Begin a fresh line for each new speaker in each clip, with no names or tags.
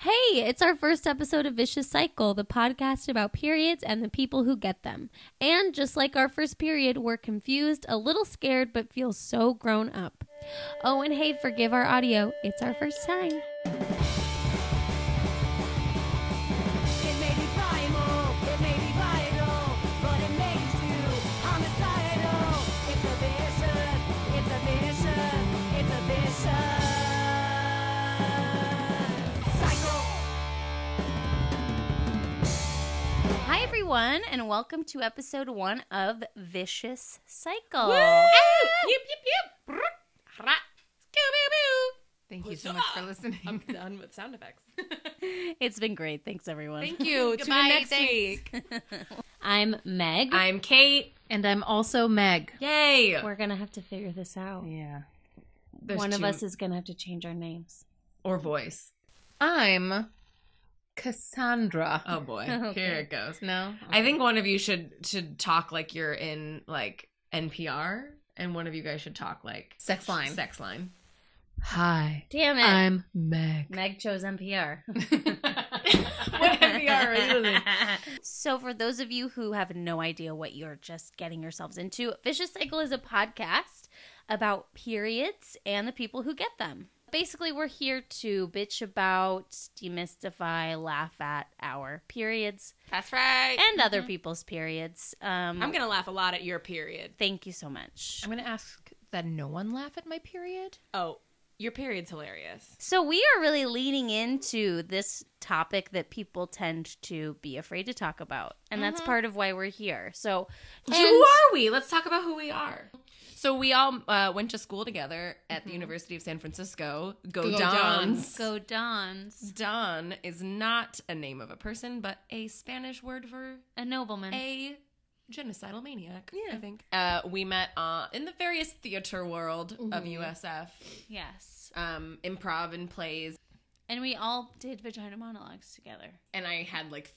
Hey, it's our first episode of Vicious Cycle, the podcast about periods and the people who get them. And just like our first period, we're confused, a little scared, but feel so grown up. Oh, and hey, forgive our audio. It's our first time.
It may be primal, it may be vital, but it makes you homicidal. It's a vicious, it's a vicious, it's a vicious cycle.
Hi, everyone, and welcome to episode one of Vicious Cycle.
Thank you so much for listening.
I'm done with sound effects.
It's been great. Thanks, everyone.
Thank you. Tune in next week.
I'm Meg.
I'm Kate.
And I'm also Meg.
Yay.
we're going to have to figure this out.
Yeah.
One of us is going to have to change our names.
or voice.
I'm Cassandra.
Oh boy.
Okay.
Here it goes.
No.
I think one of you should should talk like you're in like NPR, and one of you guys should talk like
Sex line.
Sex line.
Hi.
Damn it.
I'm Meg.
Meg chose NPR.
what NPR are you listening?
so, for those of you who have no idea what you're just getting yourselves into, Vicious Cycle is a podcast about periods and the people who get them. Basically, we're here to bitch about, demystify, laugh at our periods
That's right.
and other people's periods. Um,
Mm-hmm. I'm gonna laugh a lot at your period.
Thank you so much.
I'm going to ask that no one laugh at my period.
Oh, your period's hilarious.
So we are really leaning into this topic that people tend to be afraid to talk about, and that's part of why we're here. So,
Who are we? Let's talk about who we are. So we all uh, went to school together at the University of San Francisco. Go,
Go
Dons.
Dons.
Go.
Dons,
Don is not a name of a person, but a Spanish word for
a nobleman.
a genocidal maniac. Mm. Yeah, I think. Uh, we met uh, in the various theater world of USF,
yes,
um, improv and plays,
and we all did vagina monologues together.
and I had like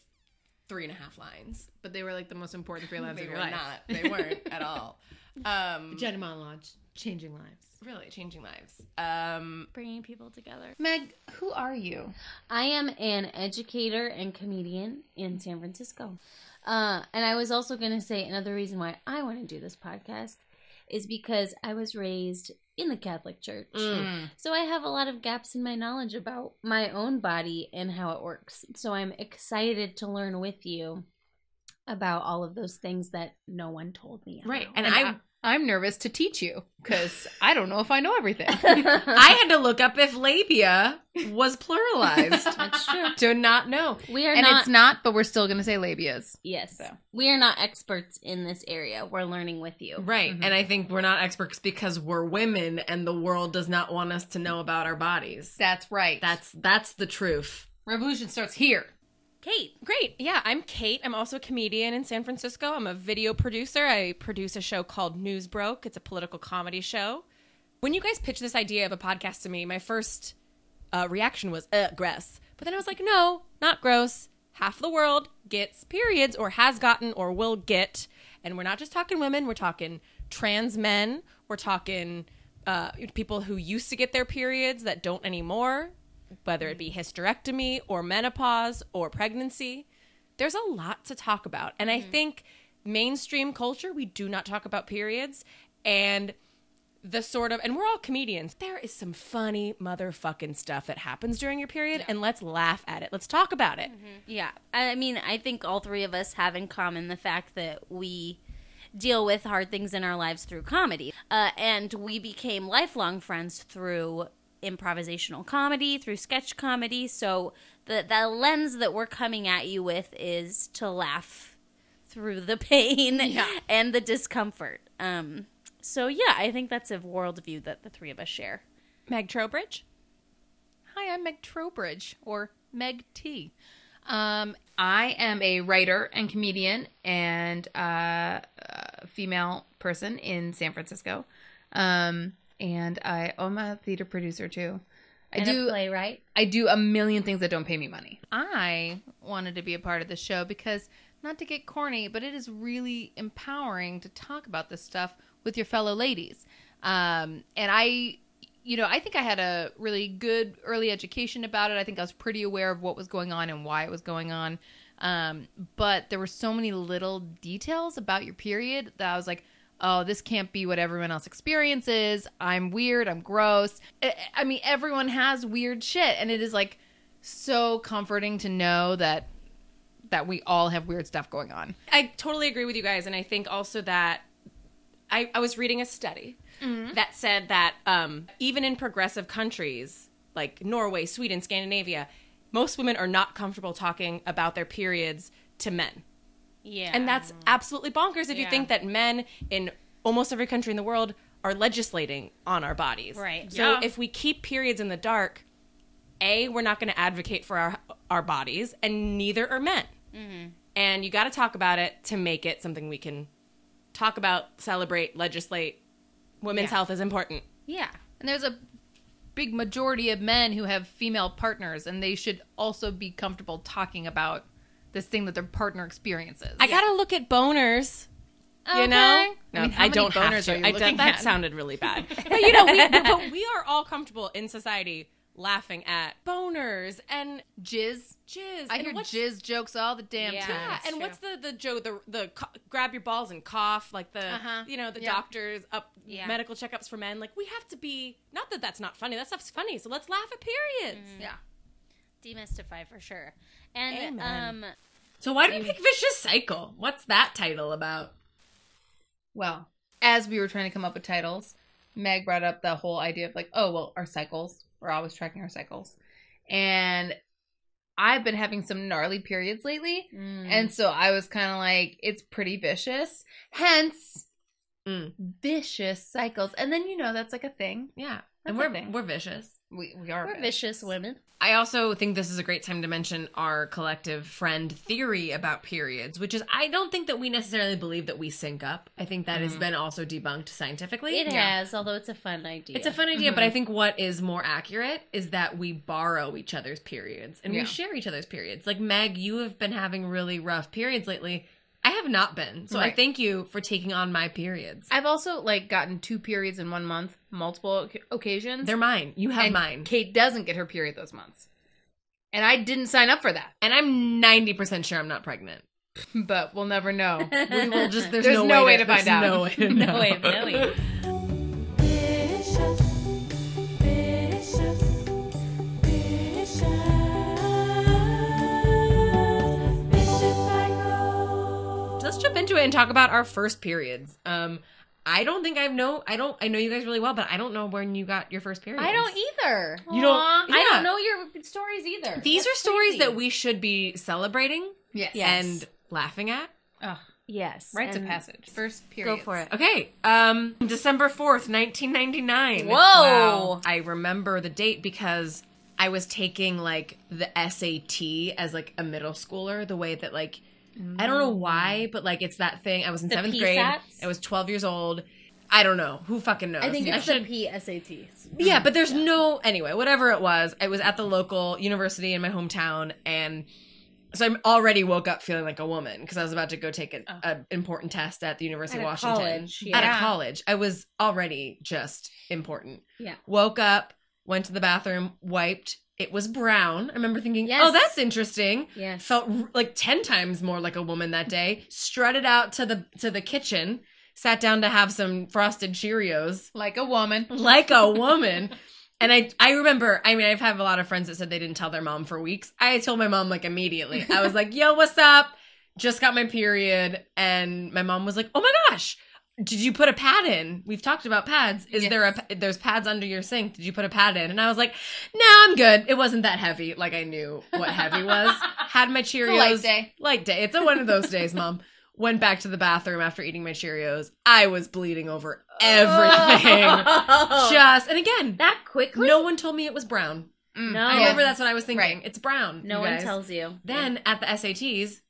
three and a half lines.
But they were like the most important three lives
They
of
were
your life.
not. They weren't at all. Um,
Jenny monologue, changing lives.
really changing lives. Um,
Bringing people together.
Meg, who are you?
I am an educator and comedian in San Francisco. Uh, and I was also going to say another reason why I want to do this podcast is because I was raised in the Catholic Church. So I have a lot of gaps in my knowledge about my own body and how it works. So I'm excited to learn with you about all of those things that no one told me.
Right,
about.
and,
And
I,
I, I'm nervous to teach you because I don't know if I know everything.
I had to look up if labia was pluralized
That's true.
to not know.
We are
and
not
it's not, but we're still going to say labias.
Yes.
So.
We are not experts in this area. We're learning with you.
Right,
Mhm.
and I think we're not experts because we're women, and the world does not want us to know about our bodies.
That's right.
That's that's the truth.
revolution starts here.
Kate,
Great. Yeah, I'm Kate. I'm also a comedian in San Francisco. I'm a video producer. I produce a show called News Broke. It's a political comedy show. When you guys pitched this idea of a podcast to me, my first uh, reaction was, uh, gross. But then I was like, no, not gross. Half the world gets periods or has gotten or will get. And we're not just talking women, we're talking trans men, we're talking uh, people who used to get their periods that don't anymore, whether it be hysterectomy or menopause or pregnancy. There's a lot to talk about. And
Mm-hmm.
I think mainstream culture, we do not talk about periods. And the sort of and we're all comedians there is some funny motherfucking stuff that happens during your period and let's laugh at it let's talk about it
Mm-hmm.
Yeah. I mean, I think all three of us have in common the fact that we deal with hard things in our lives through comedy. Uh, and we became lifelong friends through improvisational comedy, through sketch comedy. So the, the lens that we're coming at you with is to laugh through the pain and the discomfort. Um, so, yeah, I think that's a worldview that the three of us share.
meg trowbridge
Hi, I'm Meg Trowbridge, or Meg T. Um, I am a writer and comedian and uh, a female person in San Francisco. Um, and I, I'm a theater producer too. I
And
do.
a playwright.
I do a million things that don't pay me money. I wanted to be a part of the show because, not to get corny, but it is really empowering to talk about this stuff with your fellow ladies. Um, and I you know, I think I had a really good early education about it. I think I was pretty aware of what was going on and why it was going on. Um, but there were so many little details about your period that I was like, oh, this can't be what everyone else experiences. I'm weird. I'm gross. I, I mean, everyone has weird shit. And it is like so comforting to know that that we all have weird stuff going on.
I totally agree with you guys, and I think also that I, I was reading a study that said that um, even in progressive countries like Norway, Sweden, Scandinavia, most women are not comfortable talking about their periods to men,
Yeah.
and that's absolutely bonkers if you
Yeah.
think that men in almost every country in the world are legislating on our bodies.
Right.
So
Yeah.
if we keep periods in the dark, a we're not going to advocate for our our bodies, and neither are men
Mm-hmm.
and you got to talk about it to make it something we can talk about, celebrate, legislate. Women's health is important.
yeah.
And there's a big majority of men who have female partners, and they should also be comfortable talking about this thing that their partner experiences.
I gotta look at boners. You
Okay.
know,
I mean, how
I
many
don't have
boners
to.
are you
I
looking
don't, that
at?
sounded really bad. But you know, we, but, but we are all comfortable in society laughing at boners and
jizz.
jizz.
I
and
hear
what's-
jizz jokes all the damn
Yeah.
time.
Yeah,
That's
and what's the the Joe the the co- grab your balls and cough like the
Uh-huh.
you know the
Yeah.
doctors up
Yeah.
medical checkups for men like we have to be not that that's not funny that stuff's funny so let's laugh at periods.
Yeah.
Demystify for sure. And
Amen.
um
So why do you pick Vicious Cycle? What's that title about?
Well, as we were trying to come up with titles, Meg brought up the whole idea of like, oh, well, our cycles. We're always tracking our cycles. And I've been having some gnarly periods lately.
Mm.
And so I was kind of like, it's pretty vicious. Hence,
Mm.
vicious cycles. And then, you know, that's like a thing.
Yeah, and
That's
we're
a thing.
we're vicious.
We, we are
We're vicious women.
I also think this is a great time to mention our collective friend theory about periods, which is I don't think that we necessarily believe that we sync up. I think that
Mm-hmm.
has been also debunked scientifically.
It has, although it's a fun idea.
It's a fun idea, but
Mm-hmm.
I think what is more accurate is that we borrow each other's periods and
Yeah.
we share each other's periods. Like Meg, you have been having really rough periods lately. I have not been. So
Right.
I thank you for taking on my periods.
I've also like gotten two periods in one month, multiple oc- occasions.
They're mine. You have
and
mine.
Kate doesn't get her period those months. And I didn't sign up for that.
And I'm 90% sure I'm not pregnant.
But we'll never know.
We will just, there's,
There's
no,
no way
to,
to find
there's
out.
No way to know.
No way of knowing.
Vicious, vicious, vicious, vicious cycle.
let's jump into it and talk about our first periods. Um, I don't think I know. I don't. I know you guys really well, but I don't know when you got your first period.
I don't either.
You don't-
Aw, I
yeah.
don't know your stories either.
These are
That's
stories
crazy.
that we should be celebrating
yes.
and laughing at.
Ugh.
yes
Rites
and-
of passage. First period.
Go for it. Okay. Um, December fourth, nineteen ninety nine.
Whoa.
I remember the date because I was taking like the SAT as like a middle schooler. The way that like I don't know why, but like it's that thing. I was in
Mm. The
seventh grade.
PSATs?
I was twelve years old. I don't know. Who fucking knows?
I think it's
should-
the PSATs.
Yeah, but there's no anyway, whatever it was, I was at the local university in my hometown and so I'm already woke up feeling like a woman because I was about to go take an a important test at the University
Oh. At
of
a
Washington.
college,
At
yeah.
a college. I was already just important.
Yeah.
Woke up, went to the bathroom, wiped. It was brown. I remember thinking,
Yes.
"Oh, that's interesting."
Yes.
Felt r- like 10 times more like a woman that day. Strutted out to the to the kitchen, sat down to have some frosted Cheerios
Like a woman.
like a woman. And I, I remember, I mean, I've had a lot of friends that said they didn't tell their mom for weeks. I told my mom like immediately. I was like, yo, what's up? Just got my period. And my mom was like, oh my gosh, did you put a pad in? We've talked about pads. Is there a, pa- there's pads under your sink. Did you put a pad in? And I was like, no, I'm good. It wasn't that heavy. Like I knew what heavy was. Had my Cheerios.
light day.
Light day. It's a one of those days, mom. Went back to the bathroom after eating my Cheerios. I was bleeding over everything. Just and again,
Oh. that quickly?
no one told me it was brown.
Mm.
No.
I
Yes.
remember that's what I was thinking.
Right.
It's brown.
No
you
one
guys.
tells you.
Then at the SATs,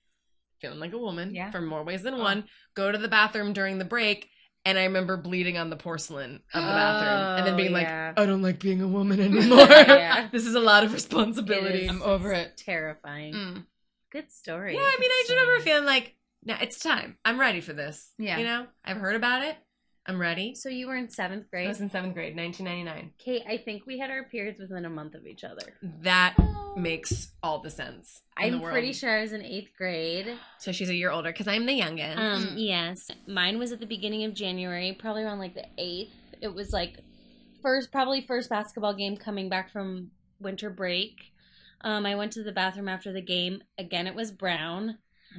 feeling like a woman
Yeah.
for more ways
Oh.
than one. Go to the bathroom during the break, and I remember bleeding on the porcelain of the bathroom, and then
Oh,
being
yeah.
like, "I don't like being a woman anymore.
Yeah.
this is a lot of
It
responsibility."
is
Yeah,
over it.
Terrifying.
Mm.
Good story.
I mean, I just remember feeling like, "No, it's time. I'm ready for this."
Yeah.
you know, I've heard about it. I'm ready.
So you were in seventh
I
grade.
was in seventh grade, 1999.
Kate, I think we had our periods within a month of each other.
That makes all the sense. in the
I'm
world.
pretty sure I was in eighth grade.
So she's a year older because I'm the youngest.
Um, yes, mine was at the beginning of January, probably around like the eighth. It was like first, probably first basketball game coming back from winter break. Um, I went to the bathroom after the game. Again, it was brown.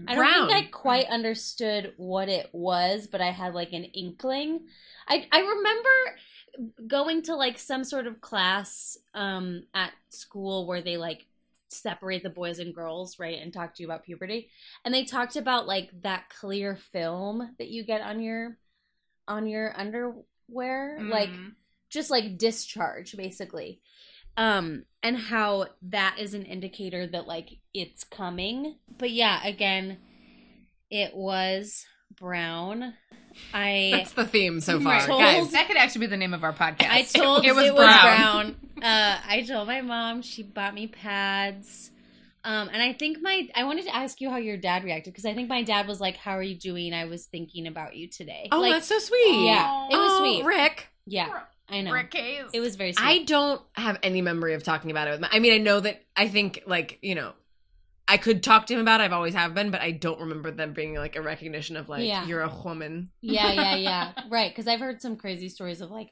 I don't
Brown.
think I quite understood what it was, but I had like an inkling. I I remember going to like some sort of class um at school where they like separate the boys and girls, right, and talk to you about puberty. And they talked about like that clear film that you get on your on your underwear, like
Mm-hmm.
Mhm.
just like discharge basically. Um and how that is an indicator that like it's coming. But yeah, again, it was brown. I
That's the theme so far,
Right.
guys.
that could actually be the name of our podcast.
I told
it was brown.
Uh, I told my mom she bought me pads, um, and I think my I wanted to ask you how your dad reacted because I think my dad was like, "How are you doing? I was thinking about you today."
Oh,
like,
that's so sweet.
yeah, it was
Oh,
sweet.
Rick.
yeah, I know
Case.
it was very sweet.
I don't have any memory of talking about it with my. I mean, I know that I think like you know, I could talk to him about. it. I've always have been, but I don't remember them being like a recognition of like
Yeah.
you're a woman.
yeah, yeah, yeah, right. Because I've heard some crazy stories of like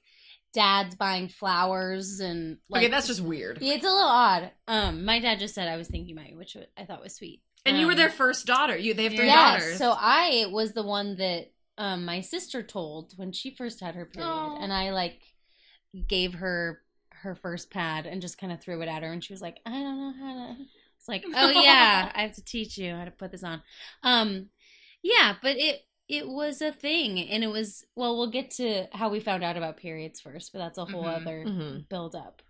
dads buying flowers and like
okay, that's just weird.
yeah, it's a little odd. Um, my dad just said I was thinking about you, which I thought was sweet.
And you were
Um,
their first daughter. You they have three
yeah,
daughters.
so I was the one that um, my sister told when she first had her period,
Aw.
and I like gave her her first pad and just kind of threw it at her, and she was like, "I don't know how to." It's like, "Oh yeah, I have to teach you how to put this on." Um, yeah, but it it was a thing, and it was well, we'll get to how we found out about periods first, but that's a whole
Mhm.
other
Mhm.
build up.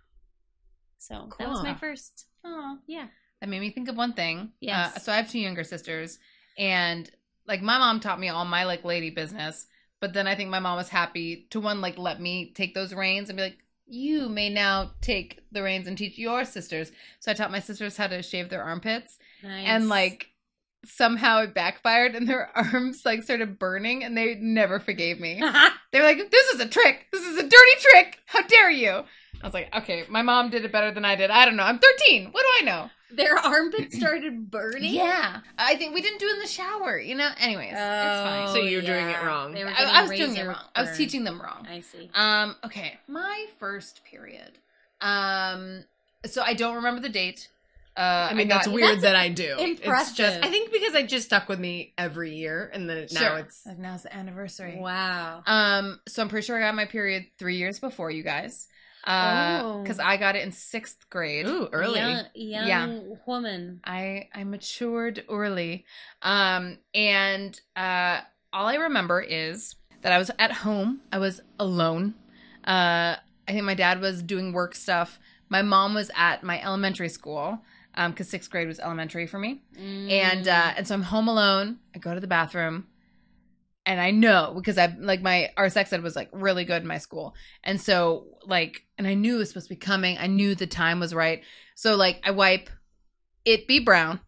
So that was my
Cool.
first. Oh yeah,
That made me think of one thing.
Yes.
Uh, so I have two younger sisters, and like my mom taught me all my like lady business. But then I think my mom was happy to one like let me take those reins and be like, you may now take the reins and teach your sisters. So I taught my sisters how to shave their armpits,
nice.
and like somehow it backfired, and their arms like started burning, and they never forgave me. They were like, "This is a trick. This is a dirty trick. How dare you!" I was like, "Okay, my mom did it better than I did. I don't know. I'm 13. What do I know?"
their armpits started burning.
Yeah, I think we didn't do it in the shower. You know. Anyways, it's
So
fine.
Oh,
you're doing it wrong.
They were
I,
getting
I was doing it
razor
wrong. I was
burn.
teaching them wrong.
I see.
Um. Okay. My first period. Um. So I don't remember the date. Uh,
I mean, that's weird that I do. It's
impressive.
just I think because I just stuck with me every year, and then it- now it's
like now's the anniversary.
Wow.
Um, so I'm pretty sure I got my period three years before you guys, uh,
Oh.
because I got it in sixth grade.
ooh early.
Young, young
Yeah.
woman.
I I matured early, um, and uh, all I remember is that I was at home. I was alone. Uh, I think my dad was doing work stuff. My mom was at my elementary school because sixth grade was elementary for me.
Mm.
and
Mm-hmm.
uh, and so I'm home alone. I go to the bathroom, and I know because I like my our sex ed was like really good in my school, and so like and I knew it was supposed to be coming. I knew the time was right, so like I wipe, it be brown,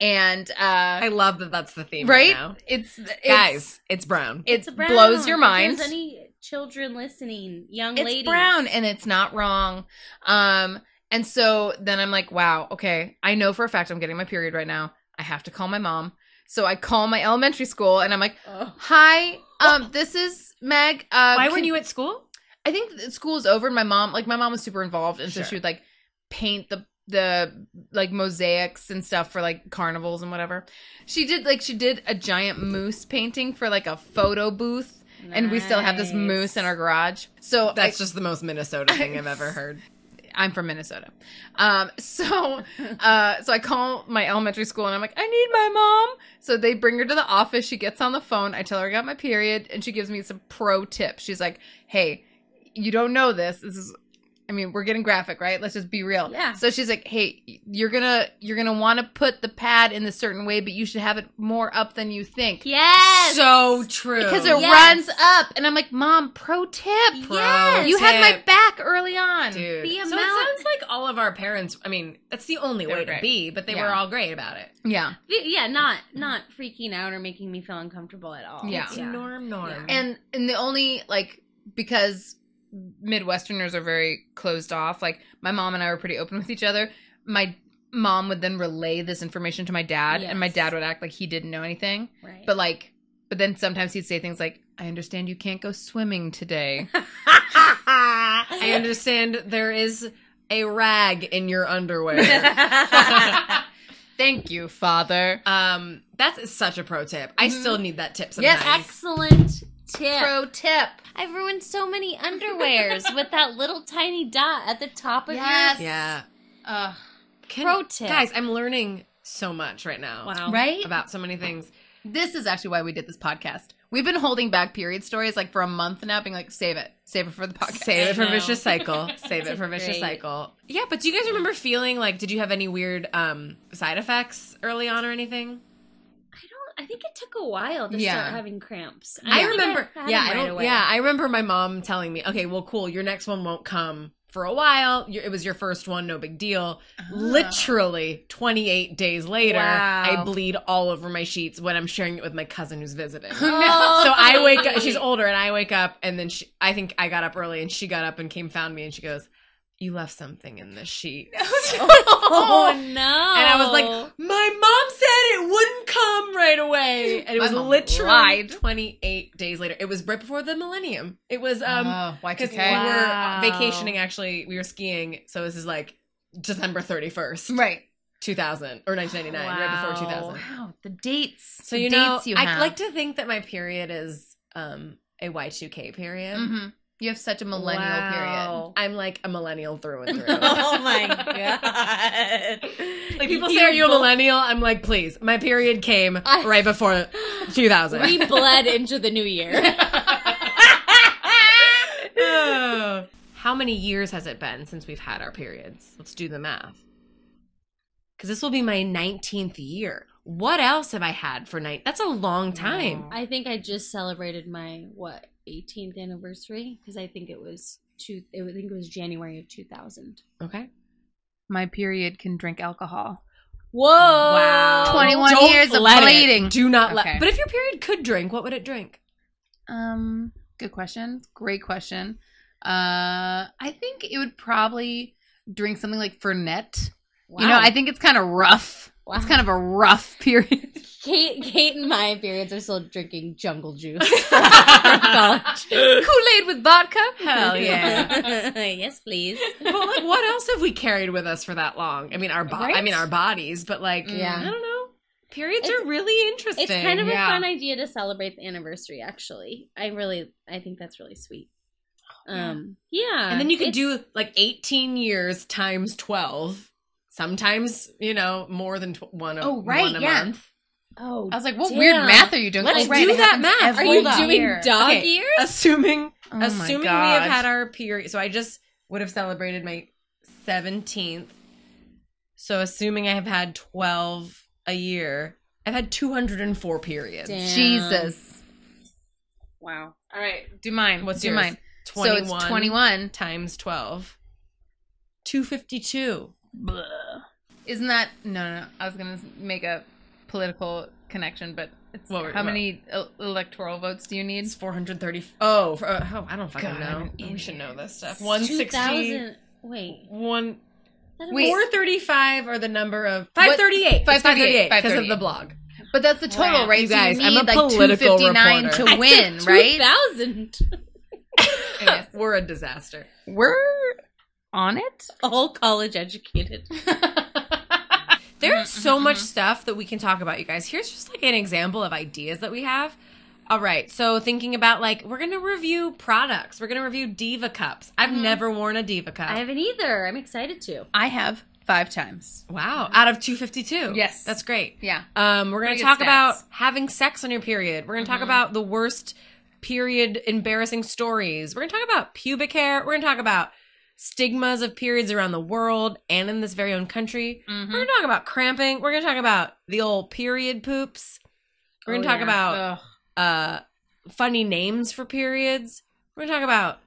and
I
uh,
love that that's the theme right,
right,
now,
it's, it's
guys. It's brown.
it
It's brown.
blows your mind.
If there's any children listening, young
it's
ladies.
brown and it's not wrong um and so then i'm like wow okay i know for a fact i'm getting my period right now i have to call my mom so i call my elementary school and i'm like
Oh.
hi um this is meg uh
Oh. Why
can-
weren't you at school?
i think that school's over and my mom like my mom was super involved and
Sure.
so she would like paint the the like mosaics and stuff for like carnivals and whatever she did like she did a giant moose painting for like a photo booth and we still have this
Nice.
moose in our garage so I-
That's just the most Minnesota thing I've ever heard.
I'm from Minnesota. Um, so, uh, so I call my elementary school and I'm like, I need my mom. So they bring her to the office. She gets on the phone. I tell her I got my period and she gives me some pro tip. She's like, Hey, you don't know this. This is I mean, we're getting graphic, right? Let's just be real.
Yeah.
So she's like, "Hey, you're gonna you're gonna want to put the pad in a certain way, but you should have it more up than you think."
Yes.
So true.
Because it
Yes.
runs up, and I'm like, "Mom, pro tip,
Pro Yes.
you had my
tip.
back early on."
Dude.
The
so
amount-
it sounds like all of our parents. I mean, that's the only
They
way
were
to
great.
be, but they
Yeah.
were all great about it.
Yeah,
yeah, not not freaking out or making me feel uncomfortable at all.
Yeah.
It's norm, norm.
and and the only like because midwesterners are very closed off like my mom and i were pretty open with each other my mom would then relay this information to my dad and my
Yes.
dad would act like he didn't know anything
right.
but like but then sometimes he'd say things like i understand you can't go swimming today
I understand there is a rag in your underwear.
thank you father
um, that's such a pro tip. I still need that tip sometimes.
Yes.
Excellent tip.
pro tip
I've ruined so many underwears with that little tiny dot at the top of
Yes.
Yeah.
uh,
Can-
Pro tip.
Guys, I'm learning so much right now.
Wow.
right
About so many things.
this is actually why we did this podcast we've been holding back period stories like for a month now being like save it save it for the podcast
Save it for
I know.
vicious cycle. Save it for vicious
Great.
cycle. Yeah, but do you guys remember feeling like did you have any weird um side effects early on or anything?
your. I don't. I think it took a while to
Yeah.
start having cramps.
I
don't think
remember.
had
yeah,
them
I
right
don't.
away.
Yeah, I remember my mom telling me, "Okay, well, cool. Your next one won't come for a while. Your- It was your first one. No big deal."
Ah.
Literally 28 days later,
Wow.
I bleed all over my sheets when I'm sharing it with my cousin who's visiting. so
Oh,
I wake up.
great.
She's older, and I wake up, and then she, I think I got up early, and she got up and came found me, and she goes, "You left something in the sheet."
Oh no! And
And I was like, my mom said it wouldn't come right away. And it
My
was
mom
literally
lied.
28 days later. It was right before the millennium. It was, um,
oh,
because
Y2K.
we were uh,
Wow.
vacationing actually. We were skiing. So this is like December 31st,
Right.
2000 or 1999, right before
Wow.
2000.
Wow. The dates.
So, you know, I like to think that my period is, um, a Y2K period.
hmm You have such a millennial period.
I'm like a millennial through and through.
oh my god!
Like people say, "Are you a millennial?" I'm like, "Please." My period came right before 2000.
we bled into the new year.
How many years has it been since we've had our periods? Let's do the math. Because this will be my 19th year. What else have I had for night? That's a long time.
I think I just celebrated my what 18th anniversary because I think it was two. I think it was January of 2000.
Okay.
My period can drink alcohol.
Whoa!
Wow.
21
Don't
years of
let it.
bleeding.
Do not
Okay.
let. But if your period could drink, what would it drink?
Um, good question. Great question. Uh, I think it would probably drink something like Fernet. You know, I think it's kind of rough.
Wow.
It's kind of a rough period.
Kate, Kate, and my periods are still drinking jungle juice.
Kool Aid with vodka. Oh,
Hell yeah.
yes, please.
but like, what else have we carried with us for that long? I mean, our bo- I
Right?
mean, our bodies. But like,
Yeah.
I don't know. Periods
It's-
are really interesting.
It's kind of
yeah.
a fun idea to celebrate the anniversary. Actually, I really, I think that's really sweet. Um, yeah,
And then you could
it's-
do like 18 years times 12. Sometimes, you know, more than tw- one, a,
Oh, right,
one a
yeah.
month.
Oh,
I was like, what
damn.
weird math are you doing?
Let's
Oh, right,
do
it
that
happens
math.
every
Are you
Hold
doing
year.
dog
Okay.
years?
Assuming
Oh my
assuming we
God.
have had our period. So I just would have celebrated my 17th. So assuming I have had 12 a year, I've had 204 periods.
Damn.
Jesus.
Wow.
All right, do mine.
What's
do
yours?
mine? So it's 21.
times 12. 252.
Isn't that no, no? no. I was gonna make a political connection, but it's,
What were-
how
what?
many el- electoral votes do you need?
It's 430. Oh, for, oh, I don't fucking
God, I'm
know.
an
We
idiot.
should know this stuff. 160.
2000. Wait.
One,
that
Wait.
was-
435 are the number of.
What?
538.
538,
Because of the blog.
But that's the total,
Wow.
right?
You
So
guys,
need
I'm a
like
political
259
reporter.
to win, right?
2000.
Yes.
We're a disaster.
We're on it.
All college educated.
There's so much stuff that we can talk about, you guys. Here's just like an example of ideas that we have. All right. So, thinking about like, we're going to review products, we're going to review Diva cups. I've never worn a Diva cup.
I haven't either. I'm excited to.
I have five times.
wow. Out of 252.
Yes.
That's great.
Yeah.
Um, we're going
Pretty
to
good
talk
stats.
about having sex on your period. We're going to
Mm-hmm.
talk about the worst period embarrassing stories. We're going to talk about pubic hair. We're going to talk about stigmas of periods around the world and in this very own country.
Mhm.
We're going to talk about cramping. We're going to talk about the old period poops. We're going to
Oh,
talk
yeah.
about
Ugh.
uh, funny names for periods. We're going to talk about.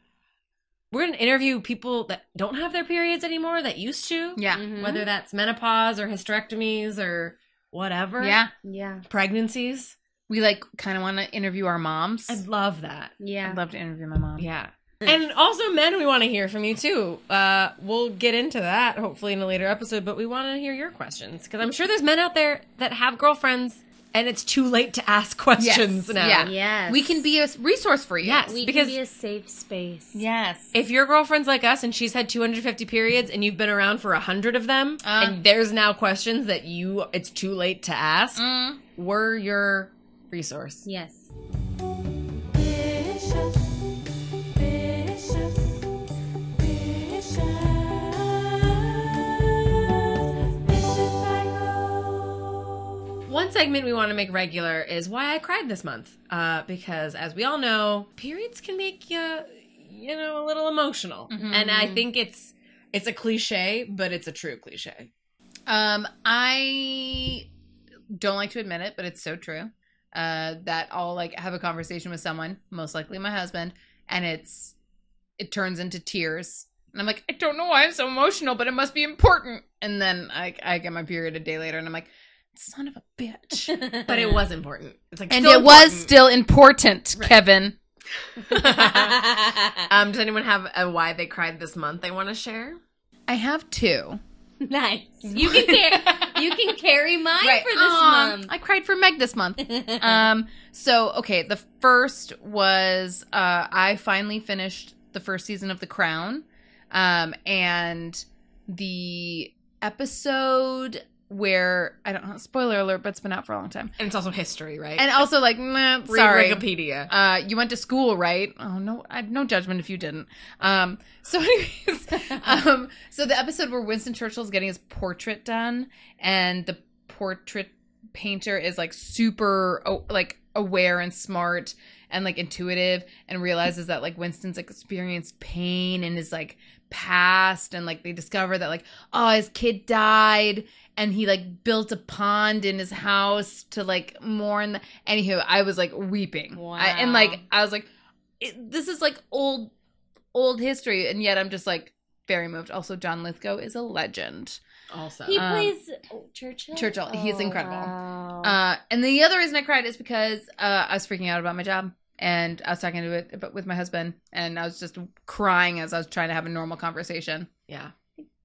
We're going to interview people that don't have their periods anymore that used to. Mm-hmm.
yeah, Mm-hmm.
Mhm.
Whether that's menopause or hysterectomies or whatever.
yeah.
Yeah.
Pregnancies.
We like kind of want to interview our moms.
I love that.
Yeah.
I'd love to interview my mom.
Yeah. And also, men, we want to hear from you too. Uh, we'll get into that hopefully in a later episode, but we want to hear your questions because I'm sure there's men out there that have girlfriends and it's too late to ask questions now.
Yeah.
Yes.
We can be a s- resource for you.
Yes,
We
because
can be a safe space.
Yes.
if your girlfriend's like us and she's had 250 periods and you've been around for 100 of them
Uh.
and there's now questions that you it's too late to ask,
Mm.
we're your resource.
Yes.
Vicious, vicious, vicious, vicious cycle.
One segment we want to make regular is why I cried this month, uh, because as we all know, periods can make you, you know, a little emotional,
Mm-hmm.
and I think it's it's a cliche, but it's a true cliche.
Um, I don't like to admit it, but it's so true. Uh, that I'll like have a conversation with someone, most likely my husband, and it's it turns into tears, and I'm like, I don't know why I'm so emotional, but it must be important. And then I I get my period a day later, and I'm like, son of a bitch.
But it was important. It's like
Mm. and
still
it was
important.
still important, Kevin.
um, does anyone have a why they cried this month they want to share?
I have two.
nice. You can carry. you can carry mine for this
Aw,
month.
I cried for Meg this month. um so okay the first was uh i finally finished the first season of the crown um and the episode where i don't know spoiler alert but it's been out for a long time
And it's also history, right?
and also like nah,
Read
sorry
Wikipedia.
uh, you went to school, right? Oh no, I no judgment if you didn't. Um, so, anyways, um, so the episode where Winston Churchill's getting his portrait done, and the portrait painter is like super oh, like aware and smart and like intuitive, and realizes that like Winston's like experienced pain and is like past and like they discover that like oh his kid died and he like built a pond in his house to like mourn the- anywho i was like weeping I, and like
Wow.
i was like it, this is like old old history and yet i'm just like very moved also john lithgow is a legend
also,
He
Um,
plays oh, Churchill. Oh.
Churchill. He's incredible.
wow.
uh and the other reason i cried is because uh i was freaking out about my job and i was talking to it but with my husband and i was just crying as i was trying to have a normal conversation
yeah,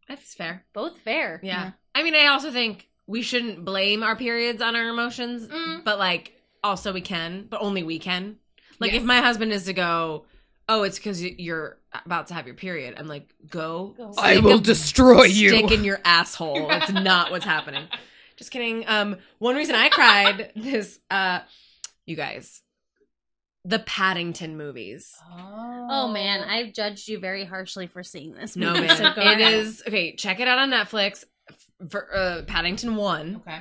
that's fair.
Both fair.
Yeah.
Yeah.
I mean, I also think we shouldn't blame our periods on our emotions,
Mm.
but like also we can, but only we can. Like if
Yes.
my husband is to go, oh, it's because you're about to have your period. I'm like, go.
Go.
stick a
destroy
stick in your asshole. That's not what's happening. Just kidding. Um, one reason I cried this, uh, you guys, the Paddington movies.
Oh man, I've judged you very harshly for seeing this.
No
movie,
man,
so go
it
ahead.
is okay. Check it out on Netflix. f- For, uh, Paddington One.
okay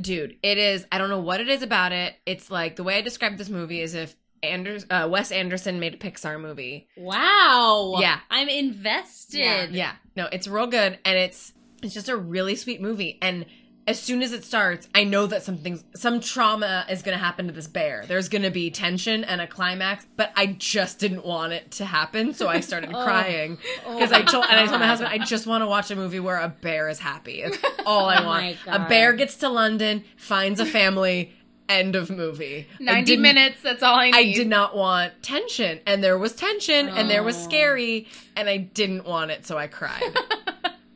dude it is i don't know what it is about it it's like the way i describe this movie is if Anders, uh, wes anderson made a pixar movie
Wow.
Yeah.
I'm invested.
yeah no it's real good and it's it's just a really sweet movie and as soon as it starts i know that something's some trauma is gonna happen to this bear there's gonna be tension and a climax but i just didn't want it to happen so i started
Oh.
crying because i told and i told my husband i just want to watch a movie where a bear is happy it's all i
Oh
want
my
a bear
God.
gets to london finds a family end of movie I
90
didn't-
minutes that's all i need
I did not want tension, and there was tension, and there was
Oh.
scary, and I didn't want it, so I cried.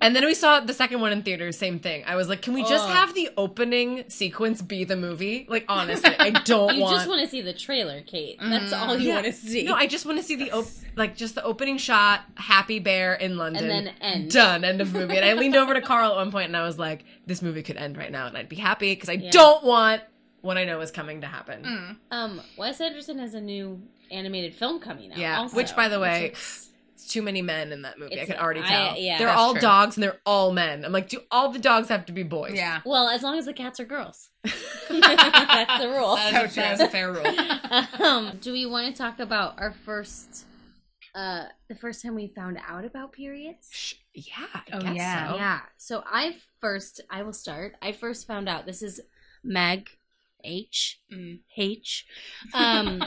and then we saw the second one in theaters. Same thing. I was like, can we just
Ugh.
have the opening sequence be the movie? Like, honestly, I don't
You
want.
just want to see the trailer, Kate. That's all you
Yeah.
want to see.
No, I just want to see the op- like just the opening shot, Happy Bear in London,
and then end.
done, end of movie. And I leaned over to Carl at one point, and I was like, this movie could end right now, and I'd be happy because I don't want what I know is coming to happen.
Mm.
Um, Wes Anderson has a new animated film coming out.
Yeah,
also,
which, by the way,
which is-
it's too many men in that movie. I
It's-
can already
I-
tell.
yeah.
they're
That's
all
true.
dogs and they're all men. I'm like, do all the dogs have to be boys?
yeah
well, as long as the cats are girls, that's the rule.
that's a fair rule.
um, do we want to talk about our first uh, the first time we found out about periods.
Sh- Yeah, I
Oh,
guess
yeah.
so.
Yeah. So I first, I will start. I first found out this is Meg H.
Mm.
H. Um,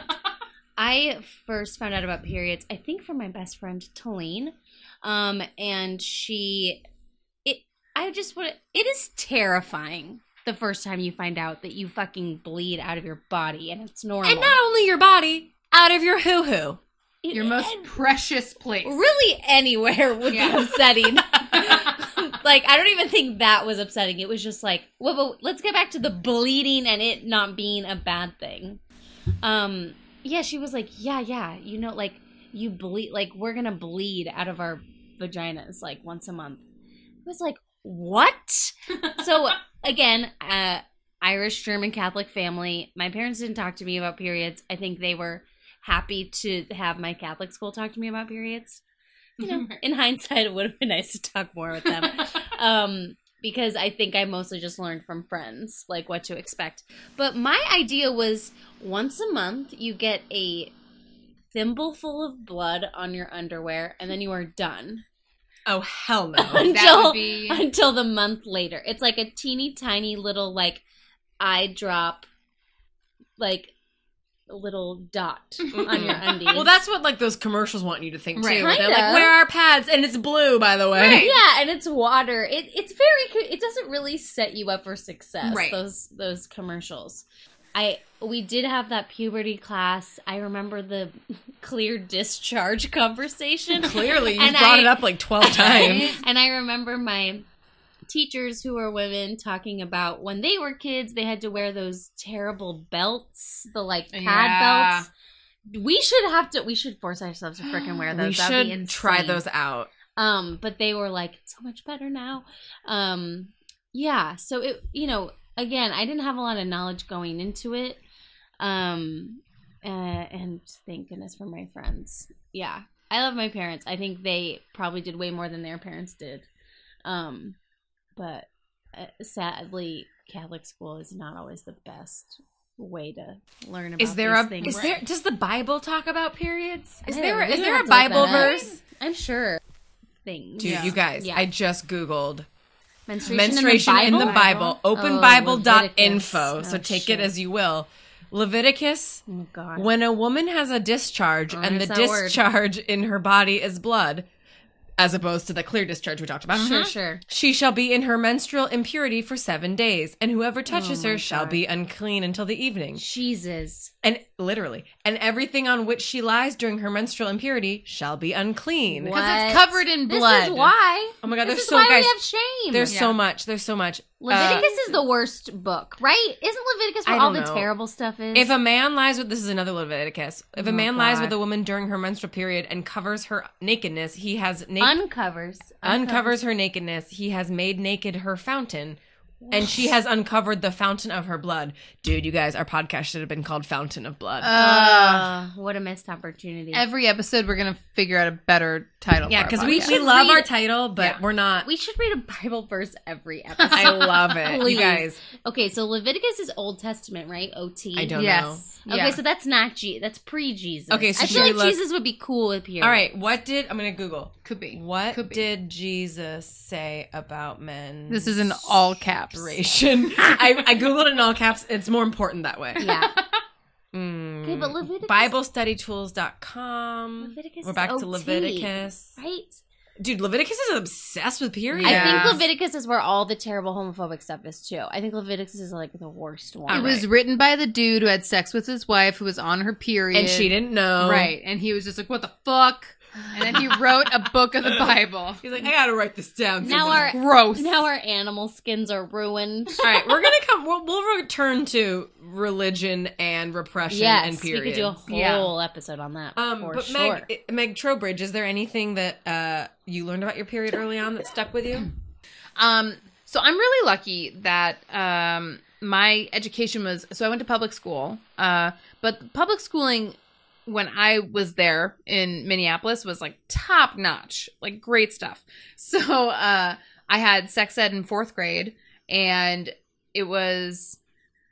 I first found out about periods, I think, from my best friend, Talene. Um, and she, it, I just want it is terrifying the first time you find out that you fucking bleed out of your body and it's normal.
And not only your body, out of your hoo hoo.
It-
Your most precious place.
really anywhere would
Yeah.
be upsetting. like I don't even think that was upsetting. It was just like, whoa, whoa, let's get back to the bleeding and it not being a bad thing. Um, yeah, she was like, yeah, yeah, you know, like you bleed, like we're gonna bleed out of our vaginas like once a month. I was like, what? so again, uh, Irish German Catholic family. My parents didn't talk to me about periods. I think they were happy to have my Catholic school talk to me about periods. You know, in hindsight, it would have been nice to talk more with them um, because I think I mostly just learned from friends like what to expect. But my idea was once a month you get a thimbleful of blood on your underwear and then you are done
Oh hell no.
that
until
would be
until the month later. It's like a teeny tiny little like eye drop, like little dot on your undies.
well, that's what like those commercials want you to think too.
Right.
They're
Kinda.
like, wear our pads, and it's blue, by the way.
Right.
yeah, and it's water. It, it's very. co- It doesn't really set you up for success.
Right.
Those those commercials. I we did have that puberty class. I remember the clear discharge conversation.
Clearly, you
And
brought
I-
it up like twelve times.
and I remember my teachers who were women talking about when they were kids, they had to wear those terrible belts, the like pad
Yeah.
belts. We should have to. We should force ourselves to freaking wear those.
we
That'd be
should try
insane.
those out.
Um, but they were like, it's so much better now. Um, yeah. So it, you know, again, I didn't have a lot of knowledge going into it. Um, uh, and thank goodness for my friends. Yeah, I love my parents. I think they probably did way more than their parents did. Um, but uh, sadly, Catholic school is not always the best way to learn about.
Is there
these
a?
things.
Is there? Does the Bible talk about periods? Is
I
there?
don't-
Is
we
there a
don't have to
Bible
look that up.
verse?
I'm sure. Things.
Dude, you guys,
Yeah.
I just googled
Menstruation,
menstruation in the Bible. Openbible.info.
Oh,
so take
shit.
it as you will. Leviticus
Oh my god.
When a woman has a discharge
Oh,
and the
there's that word.
discharge in her body is blood, as opposed to the clear discharge we talked about,
sure, sure.
she shall be in her menstrual impurity for seven days, and whoever touches
Oh, my
her shall
God.
be unclean until the evening.
Jesus.
And literally, and everything on which she lies during her menstrual impurity shall be unclean.
What?
because it's covered in blood.
This is why.
Oh my God,
This
there's
is
so
why
guys,
we have shame.
there's
Yeah.
so much. There's so much. Uh,
Leviticus is the worst book, right? Isn't Leviticus
I
where all the
don't know.
terrible stuff is?
If a man lies with this is another Leviticus. If a
Oh,
man lies with
God.
a woman during her menstrual period and covers her nakedness, he has naked
uncovers
uncovers her nakedness. He has made naked her fountain, and she has uncovered the fountain of her blood. Dude, you guys, our podcast should have been called Fountain of Blood.
Uh,
Uh, what a missed opportunity.
every episode, we're gonna figure out a better title.
yeah,
because
because we, we
podcast.
love our
Read-
title, but
Yeah.
we're not.
we should read a Bible verse every episode.
I love it,
Please.
you guys.
okay, so Leviticus is Old Testament, right? OT.
I don't know.
yes.
Okay,
Yeah.
so that's not Je- that's pre Jesus.
Okay, so
I
should
feel
we
like
look-
Jesus would be cool with you.
All right, what did I'm gonna Google?
could be.
What
Could be.
did Jesus say about men?
This is in all caps.
I, I googled it in all caps. It's more important that way.
Yeah.
Mm.
Okay, but Leviticus-
BibleStudyTools.com.
Leviticus
We're
is
back to
OT,
Leviticus.
Right.
Dude, Leviticus is obsessed with periods.
I
Yeah.
think Leviticus is where all the terrible homophobic stuff is too. I think Leviticus is like the worst one.
It was written by the dude who had sex with his wife who was on her period.
and she didn't know.
Right. And he was just like, what the fuck? And then he wrote a book of the Bible.
He's like, I gotta write this down.
Now our
Gross.
now our animal skins are ruined.
all right, we're gonna come. We'll, we'll return to religion and repression and
yes, we
period.
could do a whole
Yeah.
episode on that
um,
for
but
sure.
Meg, Meg Trowbridge, is there anything that uh, you learned about your period early on that stuck with you?
Um, so I'm really lucky that um, my education was so I went to public school, uh, but public schooling when I was there in Minneapolis was like top notch, like great stuff. So uh, I had sex ed in fourth grade, and it was,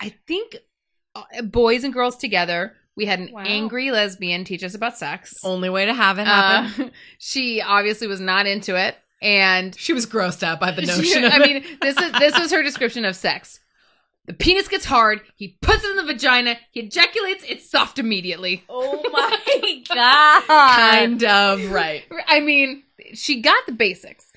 I think, uh, boys and girls together We had an
Wow.
angry lesbian teach us about sex.
Only way to have it happen.
Uh, she obviously was not into it, and
she was grossed out by the notion.
She-
of
I
it.
mean, this is this was her description of sex. The penis gets hard. He puts it in the vagina. He ejaculates. It's soft immediately.
Oh my god!
kind of right.
I mean, she got the basics.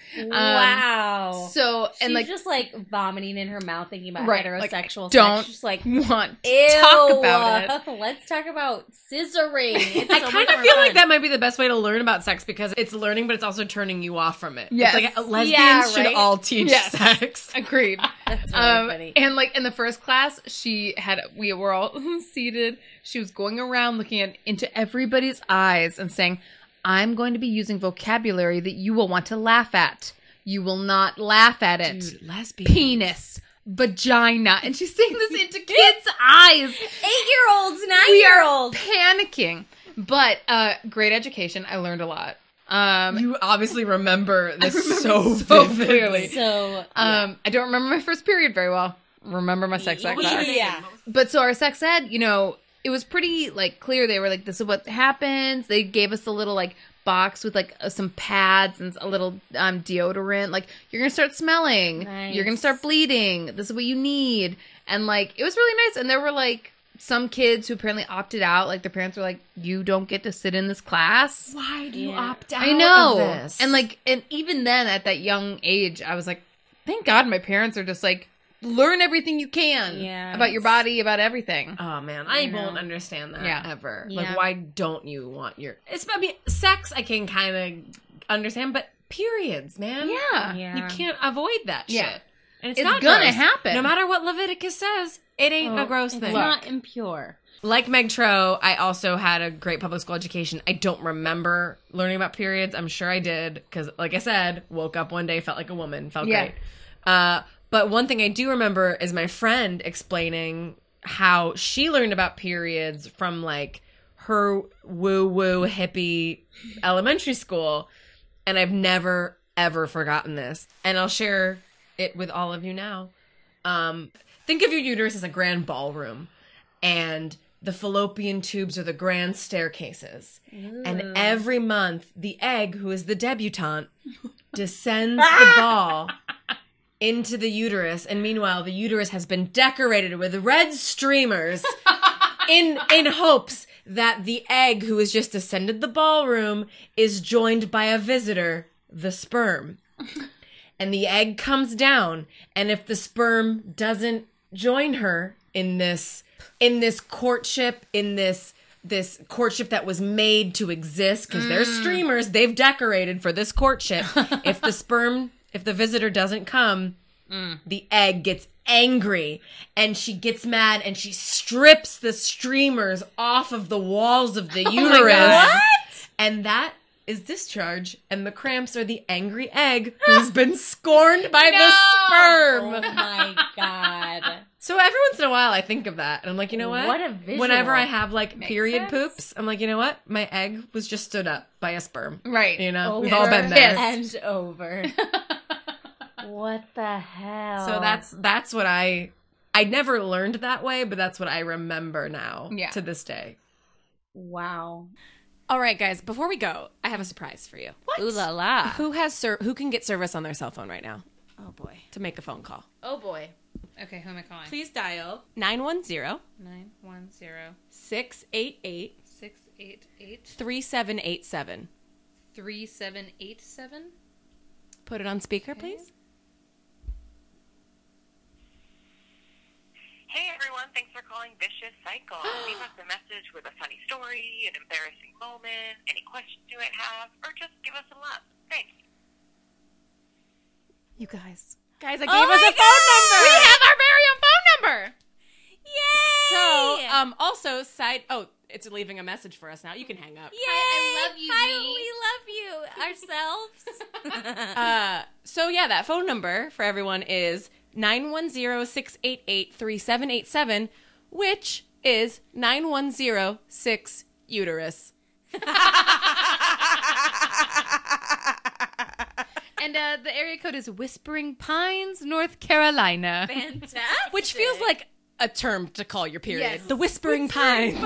wow.
So
She's
and like
just Um, like vomiting in her mouth thinking about
Right, like,
heterosexual
don't-
sex. She's like,
want
Ew,
talk about it.
Let's talk about scissoring. It's
I
so
kind
much
of
more
feel
fun.
like that might be the best way to learn about sex because it's learning, but it's also turning you off from it.
Yes.
It's like uh, lesbians
Yeah,
should
right?
all teach
Yes.
sex.
Agreed.
That's really
Um,
funny.
and like in the first class, she had we were all seated. She was going around looking at, into everybody's eyes and saying, "I'm going to be using vocabulary that you will want to laugh at. You will not laugh at it."
lesbian
penis, vagina, and she's saying this into kids' eyes,
Eight year olds, nine year olds.
panicking. But uh, great education. I learned a lot. Um,
You obviously remember this so,
so
vividly.
clearly.
So,
um, I don't remember my first period very well. Remember my sex ed class.
yeah.
But so our sex ed, you know, it was pretty like clear. They were like, "This is what happens." They gave us a little like box with like uh, some pads and a little um, deodorant. Like you're gonna start smelling. You're gonna
Nice.
start bleeding. This is what you need. And like it was really nice. And there were like some kids who apparently opted out. Like their parents were like, "You don't get to sit in this class."
Why do you
Yeah.
opt out?
I know.
Of this?
And like, and even then at that young age, I was like, thank God my parents are just like, learn everything you can
Yeah.
about your body, about everything.
Oh man, I
You know.
won't understand that
Yeah.
ever.
Yeah.
Like, why don't you want your? It's I mean, sex I can kind of understand, but periods, man,
Yeah.
Yeah.
you can't avoid that
Yeah.
Um, shit. And
It's gonna
gross.
happen.
no matter what Leviticus says. It ain't a gross
it's
thing.
not impure.
like Meg Tro, I also had a great public school education. I don't remember learning about periods. I'm sure I did because, like I said, woke up one day, felt like a woman, felt
Yeah.
great. Uh, but one thing I do remember is my friend explaining how she learned about periods from like her woo woo hippie elementary school. And I've never, ever forgotten this. And I'll share it with all of you now. Um, think of your uterus as a grand ballroom, and the fallopian tubes are the grand staircases. And every month, the egg, who is the debutante, descends the ball into the uterus. And meanwhile, the uterus has been decorated with red streamers in in hopes that the egg who has just ascended the ballroom is joined by a visitor, the sperm. And the egg comes down, and if the sperm doesn't join her in this in this courtship, in this this courtship that was made to exist because they're streamers, they've decorated for this courtship. if the sperm, if the visitor doesn't come, the egg gets angry and she gets mad and she strips the streamers off of the walls of the
Oh
uterus. And that is discharge, and the cramps are the angry egg who's been scorned by the
Oh
sperm.
my god.
So every once in a while, I think of that, and I'm like, you know what?
What a visual.
Whenever I have like period
sense.
poops, I'm like, you know what? My egg was just stood up by a sperm.
Right.
You know,
Over
we've all been there.
and over. what the hell?
Oh.
So that's that's what I I never learned that way, but that's what I remember now
Yeah.
to this day.
wow.
All right, guys. Before we go, I have a surprise for you. What?
Ooh la la.
Who has ser- who can get service on their cell phone right now
Oh boy.
to make a phone call?
Oh boy.
Okay, who am I calling?
Please dial 910
Nine one zero
688
six eight eight
3787.
three seven eight seven.
Put it on speaker, please.
Hey everyone, thanks for calling Vicious Cycle. Leave us a message with a funny story, an embarrassing moment, any questions you might have, or just give us a love. Thanks.
You guys. Guys, I gave
Oh
us
my
a phone number.
God!
have our very own phone number.
Yay!
So,
uh,
um, also side. Oh, it's leaving a message for us now. You can hang up.
Yay!
I love you,
Hi, we love you ourselves.
Uh, so yeah, that phone number for everyone is 910-688-3787, which is 9106 uterus.
And uh, the area code is Whispering Pines, North Carolina.
Fantastic.
Which feels like
a term to call your period.
Yes.
The Whispering Pines.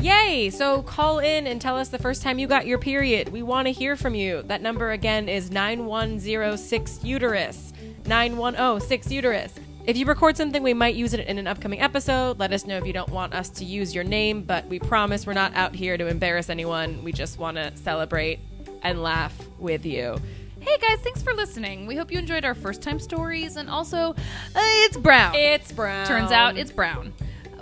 Yay! So call in and tell us the first time you got your period. We want to hear from you. That number again is 9106 uterus. 9106 uterus. If you record something, we might use it in an upcoming episode. Let us know if you don't want us to use your name, but we promise we're not out here to embarrass anyone. We just want to celebrate and laugh with you.
Hey guys, thanks for listening. We hope you enjoyed our first time stories and also uh, it's brown.
It's brown.
Turns out it's brown.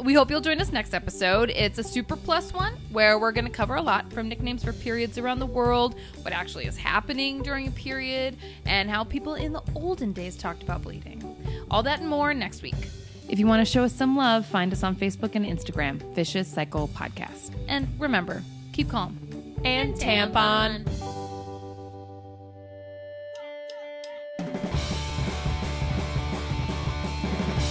We hope you'll join us next episode. It's a super plus one where we're going to cover a lot from nicknames for periods around the world, what actually is happening during a period, and how people in the olden days talked about bleeding. All that and more next week. If you want to show us some love, find us on Facebook and Instagram, Vicious Cycle Podcast. And remember, keep calm.
and tampon.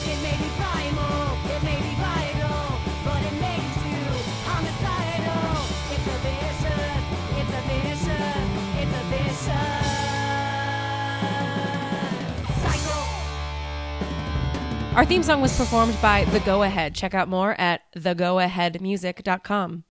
It may be primal, it may be vital, but it makes you homicidal. It's a vicious, it's a vicious, it's a vicious cycle.
Our theme song was performed by The Go Ahead. Check out more at thegoaheadmusic.com.